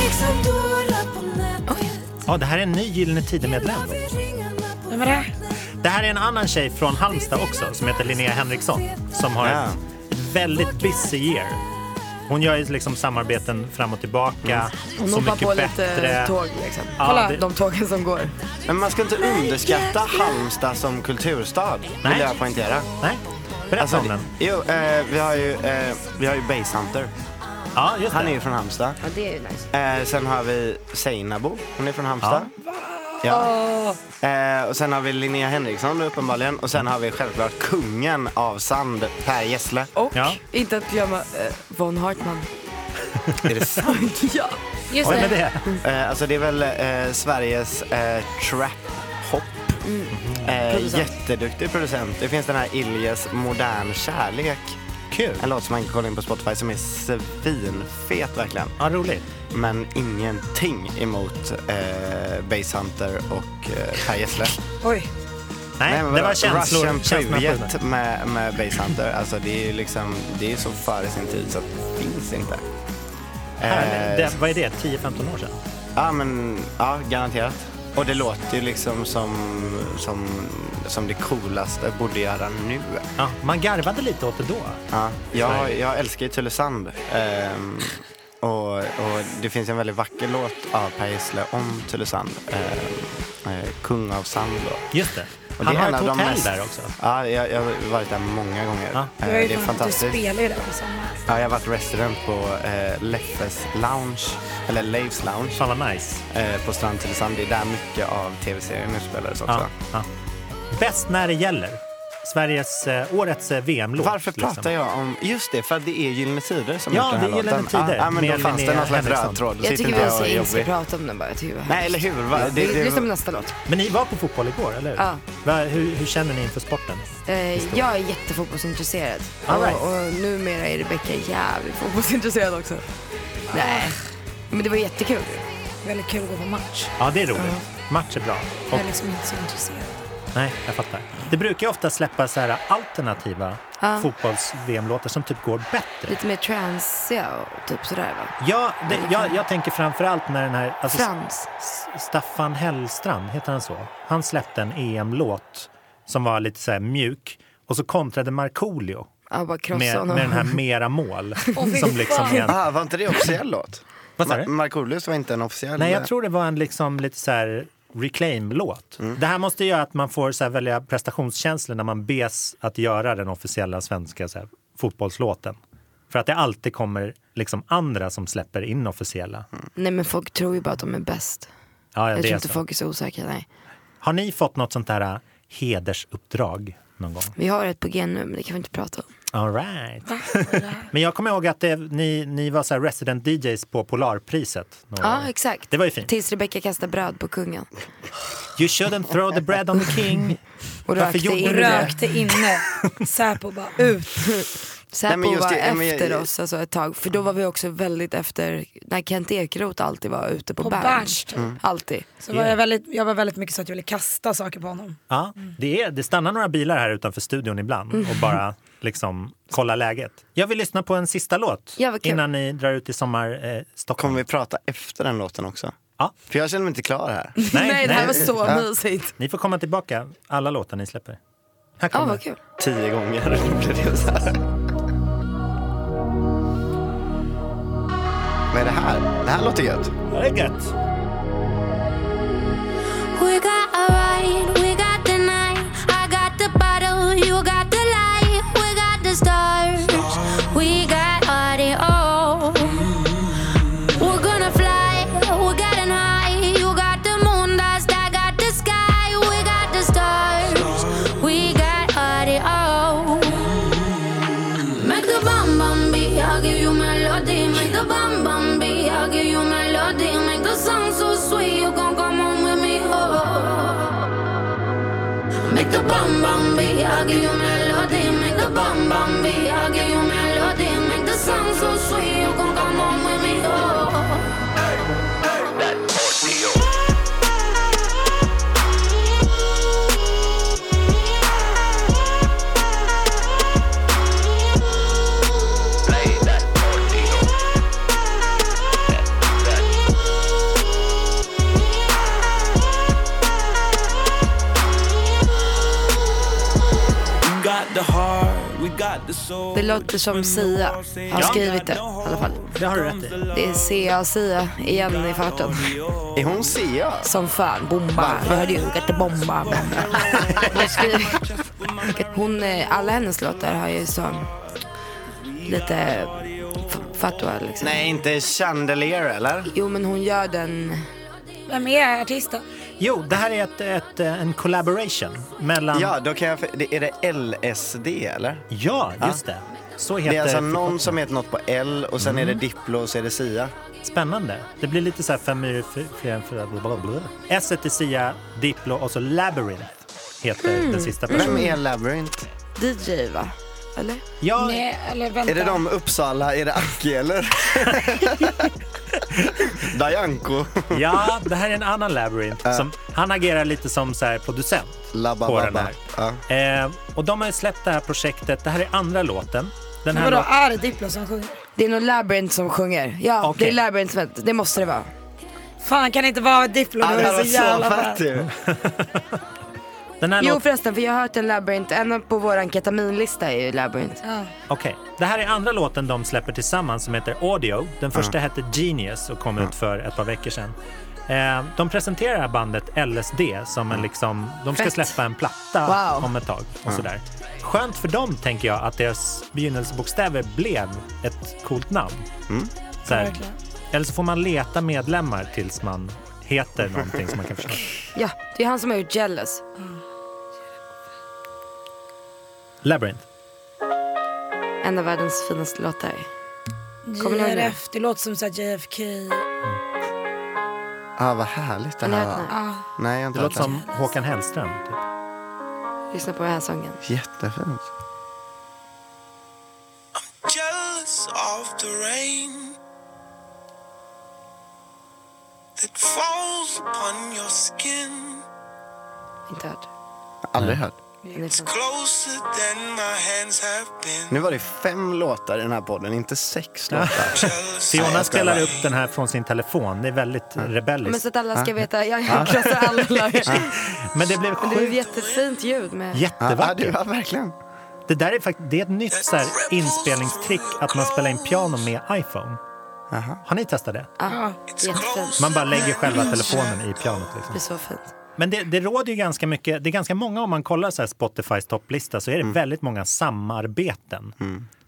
[SPEAKER 5] Liksom
[SPEAKER 1] Ja, det här är en ny Gyllene Tider-medlem.
[SPEAKER 4] Vem är det?
[SPEAKER 1] Det här är en annan tjej från Halmstad också som heter Linnea Henriksson som har
[SPEAKER 2] Ja.
[SPEAKER 1] ett, ett väldigt busy year. Hon gör ju liksom samarbeten fram och tillbaka,
[SPEAKER 2] Mm.
[SPEAKER 3] Hon
[SPEAKER 1] Så
[SPEAKER 3] hoppar
[SPEAKER 1] mycket
[SPEAKER 3] på
[SPEAKER 1] bättre.
[SPEAKER 3] lite tåg liksom.
[SPEAKER 1] Ja,
[SPEAKER 3] Kolla
[SPEAKER 1] det-
[SPEAKER 3] de tågen som går.
[SPEAKER 2] Men man ska inte underskatta Halmstad som kulturstad,
[SPEAKER 1] Nej.
[SPEAKER 2] vill jag poängtera.
[SPEAKER 1] Nej, berätta
[SPEAKER 2] Alltså,
[SPEAKER 1] om den.
[SPEAKER 2] jo, eh, vi har ju, eh, vi har ju Basehunter.
[SPEAKER 1] Ja, just
[SPEAKER 2] Han är
[SPEAKER 1] det.
[SPEAKER 2] ju från Halmstad.
[SPEAKER 3] Ja det är ju nice.
[SPEAKER 2] Eh, sen har vi Seinabo, hon är från Halmstad. Ja. Eh, och sen har vi Linnea Henriksson uppenbarligen. Och sen har vi självklart kungen av sand, Per Gessle.
[SPEAKER 3] Och
[SPEAKER 1] Ja.
[SPEAKER 3] inte att glömma eh, Von Hartman.
[SPEAKER 2] Är det sant?
[SPEAKER 3] ja.
[SPEAKER 4] Just
[SPEAKER 1] Oj, men
[SPEAKER 4] det.
[SPEAKER 1] det.
[SPEAKER 2] Eh, alltså det är väl eh, Sveriges eh, trap-hop. Eh,
[SPEAKER 3] Producent.
[SPEAKER 2] jätteduktig producent. Det finns den här Iljes Modern Kärlek.
[SPEAKER 1] Kul.
[SPEAKER 2] En låt som man kan kolla in på Spotify som är svinfet verkligen.
[SPEAKER 1] Ja, roligt.
[SPEAKER 2] Men ingenting emot eh, Basehunter och eh, Per Gessle.
[SPEAKER 4] Oj.
[SPEAKER 1] Nej,
[SPEAKER 2] men
[SPEAKER 1] det
[SPEAKER 2] vadå?
[SPEAKER 1] var känslor.
[SPEAKER 2] Russian
[SPEAKER 1] känslorna på den.
[SPEAKER 2] Privet med, med Basehunter. Alltså det är ju liksom, det är så före sin tid så att det finns inte.
[SPEAKER 1] Här,
[SPEAKER 2] Eh,
[SPEAKER 1] det, vad är det, 10-15 år sedan?
[SPEAKER 2] Ja, men ja, garanterat. Och det låter ju liksom som, som, som det coolaste borde göra nu.
[SPEAKER 1] Ja, man garvade lite åt det då.
[SPEAKER 2] Ja, jag, jag älskar ju Tylösand. Ehm, och, och det finns en väldigt vacker låt av Per Gessle om Tylösand. Ehm, eh, Kung av sand då.
[SPEAKER 1] Just det.
[SPEAKER 2] Och
[SPEAKER 1] Han
[SPEAKER 2] det är
[SPEAKER 1] har
[SPEAKER 2] en
[SPEAKER 1] ett
[SPEAKER 2] av de
[SPEAKER 1] hotell
[SPEAKER 2] mest-
[SPEAKER 1] där också.
[SPEAKER 2] Ja, jag, jag har varit där många gånger.
[SPEAKER 1] Ja.
[SPEAKER 2] Eh,
[SPEAKER 4] Du, har ju
[SPEAKER 2] det är
[SPEAKER 4] fan-
[SPEAKER 2] fantastiskt.
[SPEAKER 4] du spelar ju där på sommaren.
[SPEAKER 2] Ja, jag har varit resident på eh, Leffes Lounge, eller Leifs Lounge,
[SPEAKER 1] Fan vad nice.
[SPEAKER 2] eh, på Strand till Sand. Det är där mycket av tv-serien utspelades också.
[SPEAKER 1] Ja, ja. Bäst när det gäller. Sveriges, eh, årets eh, VM-låt.
[SPEAKER 2] Varför pratar jag om... Just det, för att det är Gyllene Tider som
[SPEAKER 1] Ja,
[SPEAKER 2] gjort den här
[SPEAKER 1] det är Gyllene
[SPEAKER 2] låten.
[SPEAKER 1] Tider
[SPEAKER 2] Ja, ja, men då
[SPEAKER 1] med
[SPEAKER 2] fanns det
[SPEAKER 1] Linnea
[SPEAKER 2] någon slags
[SPEAKER 1] Henriksson.
[SPEAKER 2] röd tråd. Då
[SPEAKER 3] Jag
[SPEAKER 2] sitter
[SPEAKER 3] tycker
[SPEAKER 2] inte
[SPEAKER 3] vi alltså
[SPEAKER 2] och är
[SPEAKER 3] inte ska
[SPEAKER 2] jobbig.
[SPEAKER 3] prata om den bara, jag tycker det var
[SPEAKER 2] Nej, eller hur? Va?
[SPEAKER 3] hemskt.
[SPEAKER 2] Det,
[SPEAKER 3] Vi-
[SPEAKER 2] det,
[SPEAKER 3] Lyssna på nästa låt.
[SPEAKER 1] Men ni var på fotboll igår, eller hur?
[SPEAKER 3] Ja.
[SPEAKER 1] Va, hur, hur känner ni inför sporten?
[SPEAKER 3] Eh, jag är jättefotbollsintresserad.
[SPEAKER 1] All right.
[SPEAKER 3] och, och numera är Rebecka jävligt fotbollsintresserad också. Nej, men det var jättekul.
[SPEAKER 4] Väldigt kul att gå på match.
[SPEAKER 1] Ja, det är roligt. Match är bra.
[SPEAKER 4] Jag är liksom inte så intresserad.
[SPEAKER 1] Nej, jag fattar. Det brukar ju ofta släppas så här alternativa
[SPEAKER 3] Ja.
[SPEAKER 1] fotbolls-VM-låtar som typ går bättre.
[SPEAKER 3] Lite mer transiga och typ sådär va.
[SPEAKER 1] Ja, det, jag, jag tänker framförallt när den här... Alltså,
[SPEAKER 3] Frans.
[SPEAKER 1] S- Staffan Hellstrand, heter han så? Han släppte en EM-låt som var lite så här mjuk och så kontrade Markoolio
[SPEAKER 3] Ja, bara krossa
[SPEAKER 1] med,
[SPEAKER 3] honom.
[SPEAKER 1] med den här Mera mål. som liksom är en,
[SPEAKER 2] Ah, var inte det officiell låt?
[SPEAKER 1] Vad sa du?
[SPEAKER 2] Ma- Markoolios var inte en officiell. eh,
[SPEAKER 1] nej, jag tror det var en liksom lite så här reclaim-låt. Det här måste göra att man får så här välja prestationskänslor när man bes att göra den officiella svenska så här, fotbollslåten. För att det alltid kommer liksom andra som släpper inofficiella.
[SPEAKER 3] Nej men folk tror ju bara att de är bäst.
[SPEAKER 1] Ja, ja,
[SPEAKER 3] Mm. jag
[SPEAKER 1] det
[SPEAKER 3] tror
[SPEAKER 1] är
[SPEAKER 3] inte
[SPEAKER 1] så.
[SPEAKER 3] folk är så osäkra, nej.
[SPEAKER 1] Har ni fått något sånt här äh, hedersuppdrag någon gång?
[SPEAKER 3] Vi har ett på G nu men det kan vi inte prata om.
[SPEAKER 1] All right. Men jag kommer ihåg att det, ni, ni var så här resident DJs på Polarpriset. några
[SPEAKER 3] Ja
[SPEAKER 1] år.
[SPEAKER 3] exakt.
[SPEAKER 1] Det var ju fint.
[SPEAKER 3] Tills Rebecka kastade bröd på kungen.
[SPEAKER 1] You shouldn't throw the bread on the king.
[SPEAKER 3] Och
[SPEAKER 1] Varför
[SPEAKER 3] rökte
[SPEAKER 1] gjorde
[SPEAKER 3] in
[SPEAKER 1] du
[SPEAKER 3] det.
[SPEAKER 4] Rökte inne, Säpo bara ut.
[SPEAKER 2] Nej,
[SPEAKER 3] Säpo
[SPEAKER 2] men just
[SPEAKER 3] var
[SPEAKER 2] det, men jag-
[SPEAKER 3] efter oss alltså, ett tag. För då var vi också väldigt efter när Kent Ekeroth alltid var ute på,
[SPEAKER 4] På Berns,
[SPEAKER 3] Berns. Mm.
[SPEAKER 4] typ.
[SPEAKER 3] Alltid.
[SPEAKER 4] Så var jag, väldigt, jag var väldigt mycket så att jag ville kasta saker på honom.
[SPEAKER 1] Ja, det, är, det stannar några bilar här utanför studion ibland och bara liksom kolla läget. Jag vill lyssna på en sista låt
[SPEAKER 3] Ja, vad kul.
[SPEAKER 1] innan ni drar ut i sommar eh, Stockholm.
[SPEAKER 2] Kommer vi prata efter den låten också?
[SPEAKER 1] Ja.
[SPEAKER 2] För jag känner mig inte klar här.
[SPEAKER 3] Nej, det här var så
[SPEAKER 2] Ja.
[SPEAKER 3] mysigt.
[SPEAKER 1] Ni får komma tillbaka, alla låtar ni släpper. Här
[SPEAKER 3] Ja
[SPEAKER 1] kommer
[SPEAKER 3] vad kul.
[SPEAKER 2] Tio gånger blir det så här. Vad är det här? Det här låter gött.
[SPEAKER 1] Ja, Det är gött.
[SPEAKER 5] We got a ride, we got the night. I got the bottle, you got the light. We got the stars, we got audio. We're gonna fly, we're getting high. You got the moon dust, I got the sky. We got the stars, we got audio. Make the bum bum beat, I'll give you melody. Make the bum bum beat, I'll give you melody. Make the song so sweet, you gon' come on with me, oh. Make the bum bum beat, I'll give you melody. Make the bum bum beat, I'll give you melody. Make the song so sweet, you gon' come on with me, oh.
[SPEAKER 3] Det låter som Sia har skrivit det i alla fall.
[SPEAKER 1] Det har du rätt i.
[SPEAKER 3] Det är Sia och Sia igen i farten.
[SPEAKER 2] Är hon Sia?
[SPEAKER 3] Som fan. Bomba. Jag hörde ju att det bomba. Hon skriver... Hon, eh, alla hennes låtar har ju så lite f- fatwa liksom.
[SPEAKER 2] Nej, inte Chandelier eller?
[SPEAKER 3] Jo men hon gör den,
[SPEAKER 4] Vem är artisten?
[SPEAKER 1] Jo, det här är ett, ett, eh, en collaboration mellan...
[SPEAKER 2] Ja, då kan jag... det- Är det LSD eller?
[SPEAKER 1] Ja, just det. Så heter
[SPEAKER 2] Det är alltså
[SPEAKER 1] förkortningen.
[SPEAKER 2] någon som heter Mm. något på L och sen är det Diplo och så är det Sia.
[SPEAKER 1] Spännande. Det blir lite så här fem myror, f- fler än fyra, blablabla. S är Sia, Diplo och så Labyrinth heter den sista
[SPEAKER 2] Mm. Vem
[SPEAKER 1] personen.
[SPEAKER 2] är Labyrinth?
[SPEAKER 3] DJ va? Eller?
[SPEAKER 1] Ja,
[SPEAKER 4] Nej, Eh, eller vänta.
[SPEAKER 2] Är det de Uppsala, är det Aki eller? Dajanko.
[SPEAKER 1] ja, det här är en annan Labyrinth. Som, han agerar lite som så här producent
[SPEAKER 2] Labba
[SPEAKER 1] på
[SPEAKER 2] labba.
[SPEAKER 1] den här. Eh, och de har ju släppt det här projektet. Det här är andra låten. Den
[SPEAKER 4] Men
[SPEAKER 1] här
[SPEAKER 4] vadå,
[SPEAKER 1] låten-
[SPEAKER 4] är det Diplo som sjunger?
[SPEAKER 3] Det är nog Labyrinth som sjunger. Ja,
[SPEAKER 1] Okej.
[SPEAKER 3] det är Labyrinth som heter- det måste det vara.
[SPEAKER 4] Fan kan det inte vara Diplo?
[SPEAKER 2] Ja,
[SPEAKER 4] Då
[SPEAKER 2] det här
[SPEAKER 4] är det
[SPEAKER 2] var
[SPEAKER 4] så jävla
[SPEAKER 2] så
[SPEAKER 4] bra.
[SPEAKER 2] fett ju.
[SPEAKER 1] den här
[SPEAKER 3] Jo
[SPEAKER 1] låten
[SPEAKER 3] förresten, för jag har hört en Labyrinth, en på våran ketaminlista är ju Labyrinth.
[SPEAKER 4] Ja.
[SPEAKER 1] Okej, det här är andra låten de släpper tillsammans som heter Audio. Den första hette Genius och kom ut för ett par veckor sedan. Eh, de presenterar det här bandet LSD som en liksom, de ska
[SPEAKER 3] Fett.
[SPEAKER 1] släppa en platta
[SPEAKER 3] Wow.
[SPEAKER 1] om ett tag och sådär. Skönt för dem tänker jag att deras begynnelsebokstäver blev ett coolt namn. Så här,
[SPEAKER 4] Verkligen.
[SPEAKER 1] eller så får man leta medlemmar tills man heter någonting som man kan förstå.
[SPEAKER 3] Ja, det är han som har gjort Jealous.
[SPEAKER 1] Labyrinth.
[SPEAKER 3] En av världens finaste låtar. Kommer ni ihåg det?
[SPEAKER 4] JRF, det låter som så här JFK.
[SPEAKER 2] Ah, vad härligt det
[SPEAKER 3] Har ni
[SPEAKER 2] här
[SPEAKER 3] hört den
[SPEAKER 2] var.
[SPEAKER 3] här?
[SPEAKER 2] Nej, jag har inte
[SPEAKER 1] Det låter
[SPEAKER 2] hört
[SPEAKER 1] som Håkan Hellström. Typ.
[SPEAKER 3] Lyssna på den här sången.
[SPEAKER 2] det. Jättefint.
[SPEAKER 7] jealous of the rain that falls upon your skin.
[SPEAKER 3] Inte hört.
[SPEAKER 2] Aldrig hört.
[SPEAKER 3] Den är
[SPEAKER 7] It's
[SPEAKER 3] fan-
[SPEAKER 7] closer than my hands have been.
[SPEAKER 2] Nu var det fem låtar i den här podden, inte sex låtar.
[SPEAKER 7] Jealous of
[SPEAKER 1] Fiona spelar upp den här från sin telefon. Det är väldigt
[SPEAKER 3] Men
[SPEAKER 1] rebelliskt.
[SPEAKER 3] så att alla ska veta, jag,
[SPEAKER 1] Ah.
[SPEAKER 3] jag krossar alla lagar.
[SPEAKER 1] Men det blev
[SPEAKER 3] Men det är ett
[SPEAKER 1] sjukt
[SPEAKER 3] jättefint ljud med...
[SPEAKER 2] Ja,
[SPEAKER 1] jättevackert.
[SPEAKER 2] det var verkligen.
[SPEAKER 1] Det där är faktiskt det är ett nytt så här, inspelningstrick att man spelar in piano med iPhone. Har ni testat det?
[SPEAKER 3] Ja, jättefint.
[SPEAKER 1] Ah. Man bara lägger själva telefonen i pianot. Liksom.
[SPEAKER 3] Det är så fint.
[SPEAKER 1] Men det, det råder ju ganska mycket, det är ganska många om man kollar så här Spotifys topplista så är det
[SPEAKER 2] Mm.
[SPEAKER 1] väldigt många samarbeten.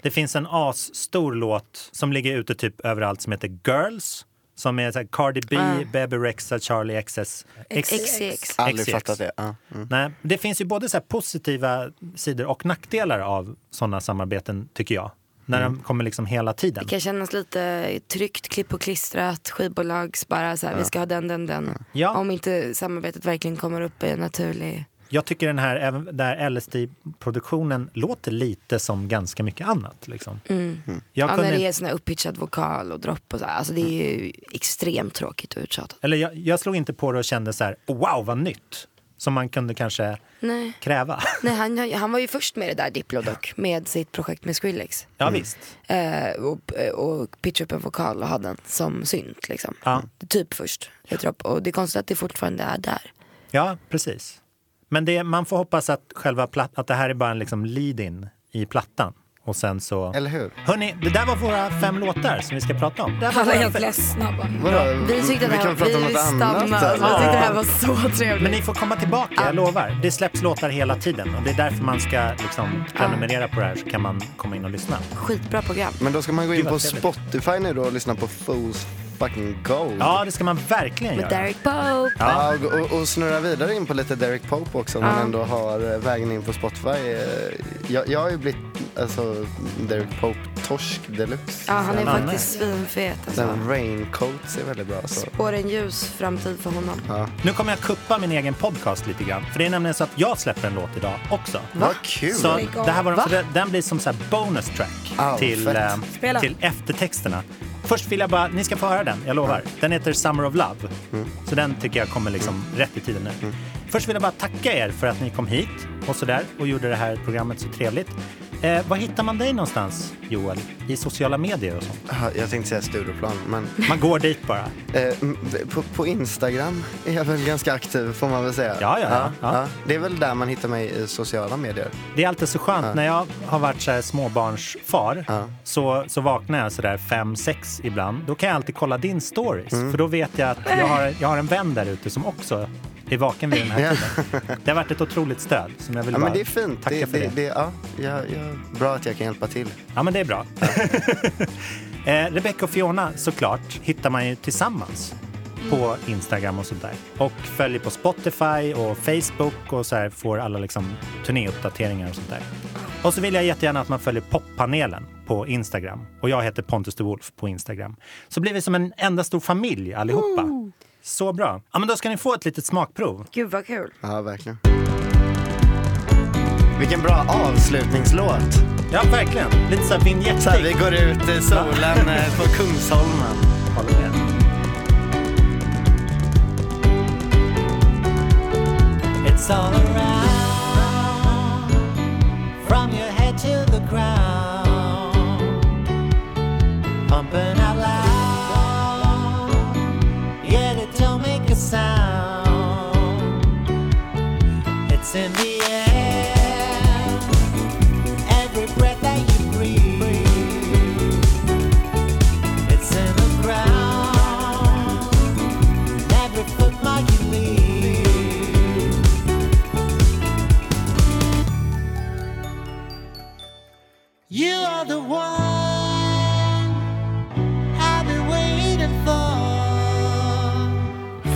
[SPEAKER 1] Det finns en asstor låt som ligger ute typ överallt som heter Girls. Som är så här Cardi B,
[SPEAKER 2] Ah.
[SPEAKER 1] Bebe Rexha, Charlie XS.
[SPEAKER 3] XCX.
[SPEAKER 2] Aldrig
[SPEAKER 1] XCX.
[SPEAKER 2] fattat det. Ja. Mm.
[SPEAKER 1] Nej, det finns ju både så här positiva sidor och nackdelar av sådana samarbeten tycker jag. När de kommer liksom hela tiden.
[SPEAKER 3] Det kan kännas lite tryggt, klipp och klistrat, skivbolags bara så här, vi ska ha den, den, den.
[SPEAKER 1] Ja.
[SPEAKER 3] Om inte samarbetet verkligen kommer upp i en naturlig...
[SPEAKER 1] Jag tycker den här, även där LSD-produktionen låter lite som ganska mycket annat. Liksom. Jag
[SPEAKER 3] Mm. Ja,
[SPEAKER 1] kunde
[SPEAKER 3] när det
[SPEAKER 1] inte-
[SPEAKER 3] är sån här upppitchad vokal och dropp och så här. Alltså det är ju extremt tråkigt och uttjatat.
[SPEAKER 1] Eller jag, jag slog inte på det och kände så här, wow vad nytt. Som man kunde kanske
[SPEAKER 3] Nej.
[SPEAKER 1] kräva.
[SPEAKER 3] Nej, han, han var ju först med det där Diplo dock, med sitt projekt med Skrillex.
[SPEAKER 1] Ja visst.
[SPEAKER 3] Eh, och, och pitcha upp en vokal och ha den som synt liksom.
[SPEAKER 1] Ja.
[SPEAKER 3] Typ först, jag tror. Och det är konstigt att det fortfarande är där.
[SPEAKER 1] Ja, precis. Men det, man får hoppas att, själva platt, att det här är bara en liksom lead-in i plattan. Och sen så...
[SPEAKER 2] Eller hur?
[SPEAKER 1] Hörni, det där var våra fem låtar som vi ska prata om.
[SPEAKER 4] Alla är helt ledsna bara.
[SPEAKER 2] Vadå?
[SPEAKER 3] Vi tyckte att
[SPEAKER 2] vi
[SPEAKER 3] det här,
[SPEAKER 2] kan prata om något annat.
[SPEAKER 3] stannade, alltså, vi
[SPEAKER 2] eller?
[SPEAKER 3] tyckte det här var så trevligt.
[SPEAKER 1] Men ni får komma tillbaka,
[SPEAKER 2] Ah.
[SPEAKER 1] jag lovar. Det släpps låtar hela tiden och det är därför man ska liksom prenumerera på det här så kan man komma in och lyssna.
[SPEAKER 3] Skitbra program.
[SPEAKER 2] Men då ska man gå in
[SPEAKER 1] Gud,
[SPEAKER 2] på
[SPEAKER 1] vad trevligt.
[SPEAKER 2] Spotify nu då och lyssna på Fools fucking Gold.
[SPEAKER 1] Ja, det ska man verkligen
[SPEAKER 3] Med
[SPEAKER 1] göra.
[SPEAKER 3] Derek Pope.
[SPEAKER 2] Ja, och- och, och snurra vidare in på lite Derek Pope också om man ändå har eh, vägen in på Spotify. Eh, Jag, jag har ju blivit alltså, Derek Pope-torsk deluxe.
[SPEAKER 3] Ja, han är
[SPEAKER 1] Ja,
[SPEAKER 3] faktiskt svinfet alltså.
[SPEAKER 2] Den Raincoats är väldigt bra. Alltså.
[SPEAKER 3] Spår en ljus framtid för honom.
[SPEAKER 1] Nu kommer jag kuppa min egen podcast lite grann. För det är nämligen så att jag släpper en låt idag också.
[SPEAKER 2] Vad kul! Oh
[SPEAKER 1] Så
[SPEAKER 4] my God.
[SPEAKER 1] det här var
[SPEAKER 3] Va?
[SPEAKER 1] så det, den blir som så här bonus track
[SPEAKER 2] Au,
[SPEAKER 1] till,
[SPEAKER 2] fett.
[SPEAKER 1] eh,
[SPEAKER 4] Spela.
[SPEAKER 1] till eftertexterna. Först vill jag bara, ni ska få höra den, jag lovar. Den heter Summer of Love. Så den tycker jag kommer liksom rätt i tiden nu. Först vill jag bara tacka er för att ni kom hit och sådär och gjorde det här programmet så trevligt. Eh, var hittar man dig någonstans, Joel? I sociala medier och sånt?
[SPEAKER 2] Ja, Jag tänkte säga Stureplan, men
[SPEAKER 1] Man går dit bara.
[SPEAKER 2] eh, m- på, på Instagram är jag väl ganska aktiv får man väl säga.
[SPEAKER 1] Ja, ja, ja. Ja.
[SPEAKER 2] Det är väl där man hittar mig i sociala medier.
[SPEAKER 1] Det är alltid så skönt. När jag har varit så här småbarnsfar så, så vaknar jag så där fem, sex ibland. Då kan jag alltid kolla din stories.
[SPEAKER 2] Mm.
[SPEAKER 1] För då vet jag att jag har, jag har en vän där ute som också är vaken vid den här
[SPEAKER 2] Ja.
[SPEAKER 1] tiden. Det har varit ett otroligt stöd som jag vill
[SPEAKER 2] Ja,
[SPEAKER 1] bara
[SPEAKER 2] men det är fint.
[SPEAKER 1] tacka
[SPEAKER 2] det,
[SPEAKER 1] för det.
[SPEAKER 2] det, det. ja, ja, ja, bra att jag kan hjälpa till.
[SPEAKER 1] Ja, men det är bra. eh, Rebecca och Fiona såklart hittar man ju tillsammans på Instagram och sådär. Och följer på Spotify och Facebook och så här får alla liksom turnéuppdateringar och sånt där. Och så vill jag jättegärna att man följer poppanelen på Instagram. Och jag heter Pontus de Wolf på Instagram. Så blir vi som en enda stor familj allihopa. Så bra. Ja, men då ska ni få ett litet smakprov.
[SPEAKER 3] Gud vad kul.
[SPEAKER 2] Ja, verkligen. Vilken bra avslutningslåt.
[SPEAKER 1] Ja, verkligen. Lite så här
[SPEAKER 2] Så här, vi
[SPEAKER 1] vinjettig.
[SPEAKER 2] går ut i solen eh, på Kungsholmen.
[SPEAKER 1] Håller med. It's all around, from your head to the ground, pumping out loud, yet it don't make a sound. It's in the air, every breath that you breathe. It's in the ground, every You are the one I've been waiting for.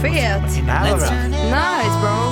[SPEAKER 3] Fet!
[SPEAKER 9] Det här var bra.
[SPEAKER 3] Nice bro!